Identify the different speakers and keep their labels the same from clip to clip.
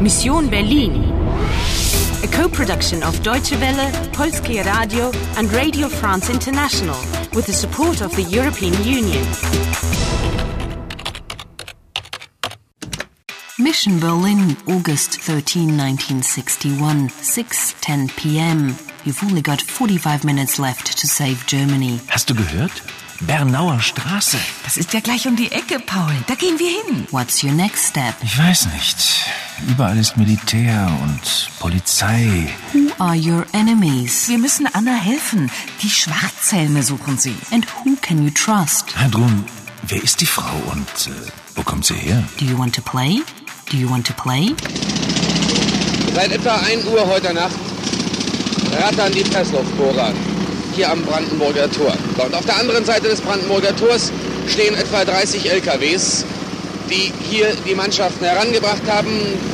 Speaker 1: Mission Berlin. A co-production of Deutsche Welle, Polskie Radio and Radio France International with the support of the European Union.
Speaker 2: Mission Berlin, August 13, 1961, 6:10 p.m. You've only got 45 minutes left to save Germany.
Speaker 3: Hast du gehört? Bernauer Straße.
Speaker 4: Das ist ja gleich um die Ecke, Paul. Da gehen wir hin.
Speaker 2: What's your next step?
Speaker 3: Ich weiß nicht. Überall ist Militär und Polizei.
Speaker 2: Who are your enemies?
Speaker 4: Wir müssen Anna helfen. Die Schwarzhelme suchen sie.
Speaker 2: And who can you trust?
Speaker 3: Hadrun, wer ist die Frau und äh, wo kommt sie her?
Speaker 2: Do you want to play? Do you want to play?
Speaker 5: Seit etwa 1 Uhr heute Nacht rattern die Pressluftbohrer hier am Brandenburger Tor. So, Und auf der anderen Seite des Brandenburger Tors stehen etwa 30 LKWs, die hier die Mannschaften herangebracht haben,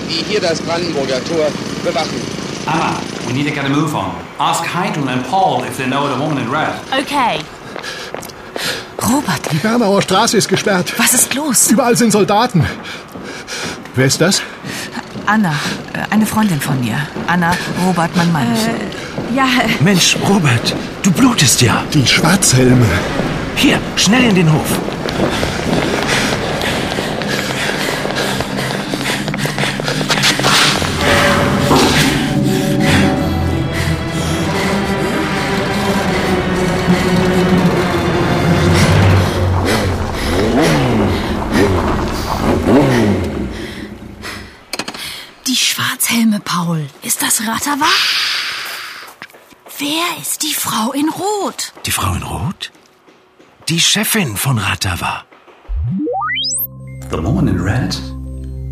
Speaker 5: die hier das Brandenburger Tor bewachen.
Speaker 6: Ah, we need to get a move on. Ask Heidel and Paul if they know the woman in red.
Speaker 1: Okay.
Speaker 4: Robert,
Speaker 7: Die Bernauer Straße ist gesperrt.
Speaker 4: was ist los?
Speaker 7: Überall sind Soldaten. Wer ist das?
Speaker 4: Anna, äh, eine Freundin von mir. Anna, Robert, mein Mann.
Speaker 8: Äh, Ja,
Speaker 3: Mensch, Robert, du blutest ja.
Speaker 7: Die Schwarzhelme.
Speaker 3: Hier, schnell in den Hof.
Speaker 8: die Schwarzhelme, Paul. Ist das Ratterwach? Wer ist die Frau in Rot?
Speaker 3: Die Frau in Rot? Die Chefin von Ratava.
Speaker 6: The woman in red?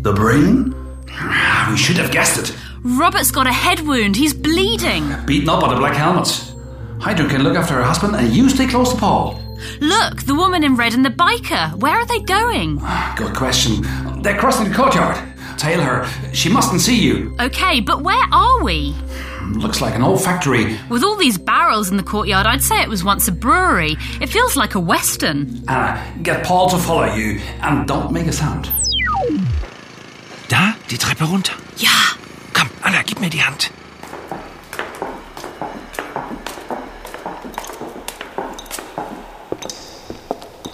Speaker 6: The brain? Ah, We should have guessed it.
Speaker 8: Robert's got a head wound. He's bleeding.
Speaker 6: Beaten up by the black helmets. Heidel can look after her husband and you stay close to Paul.
Speaker 8: Look, the woman in red and the biker. Where are they going?
Speaker 6: Good question. They're crossing the courtyard. Tail her. She mustn't see you.
Speaker 8: Okay, but where are we?
Speaker 6: Looks like an old factory
Speaker 8: With all these barrels in the courtyard, I'd say it was once a brewery. It feels like a western.
Speaker 6: Anna, Ah, get Paul to follow you and don't make a sound.
Speaker 3: Da, die Treppe runter.
Speaker 8: Yeah.
Speaker 3: Komm, Anna, gib mir die Hand.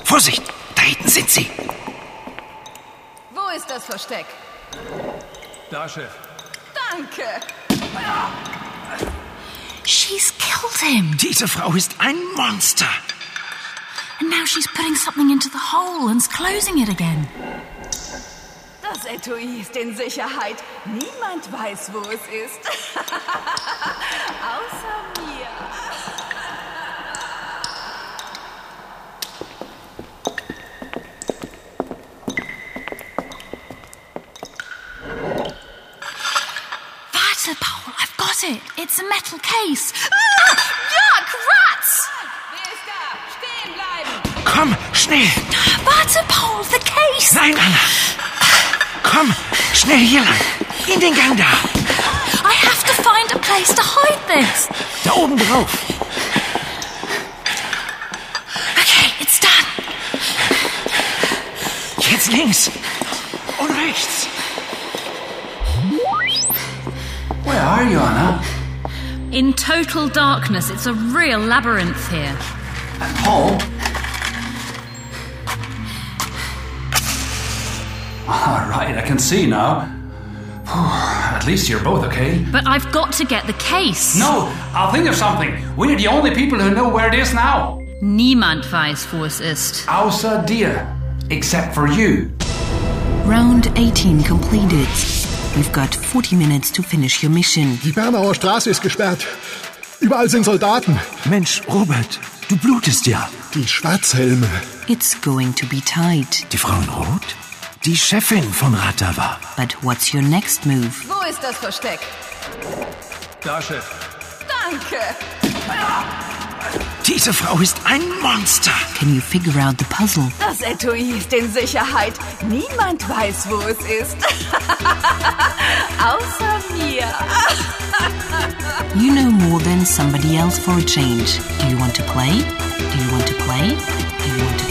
Speaker 3: Vorsicht, da hinten sind sie.
Speaker 9: Wo ist das Versteck?
Speaker 6: Da, Chef.
Speaker 9: Danke.
Speaker 8: She's killed him.
Speaker 3: Diese Frau ist ein Monster.
Speaker 8: And now she's putting something into the hole and's closing it again.
Speaker 9: Das Etui ist in Sicherheit. Niemand weiß, wo es ist. Außer mir.
Speaker 8: Warte, Paul, I've got it. It's a metal case. Ah, yuck, rats!
Speaker 9: Wer ist da? Stehen bleiben!
Speaker 3: Komm, schnell.
Speaker 8: Warte, Paul, the case!
Speaker 3: Nein, Anna. Komm, schnell hier lang. In den Gang da.
Speaker 8: I have to find a place to hide this.
Speaker 3: Da oben drauf.
Speaker 8: Okay, it's done.
Speaker 3: Jetzt links. Und rechts.
Speaker 6: Where are you, Anna?
Speaker 8: In total darkness, it's a real labyrinth here.
Speaker 6: And Paul? All Ah, right, I can see now. Phew, At least you're both okay.
Speaker 8: But I've got to get the case.
Speaker 6: No, I'll think of something. We're the only people who know where it is now.
Speaker 8: Niemand weiß, wo es ist.
Speaker 6: Außer dir. Except for you.
Speaker 2: Round 18 completed. You've got 40 minutes to finish your mission.
Speaker 7: Die Bernauer Straße ist gesperrt. Überall sind Soldaten.
Speaker 3: Mensch, Robert, du blutest ja.
Speaker 7: Die Schwarzhelme.
Speaker 2: It's going to be tight.
Speaker 3: Die Frau in Rot? Die Chefin von Ratava.
Speaker 2: But what's your next move?
Speaker 9: Wo ist das Versteck?
Speaker 6: Da, Chef.
Speaker 9: Danke.
Speaker 3: Diese Frau ist ein Monster.
Speaker 2: Can you figure out the puzzle?
Speaker 9: Das Etui ist in Sicherheit. Niemand weiß, wo es ist. Außer mir.
Speaker 2: You know more than somebody else for a change. Do you want to play? Do you want to play? Do you want to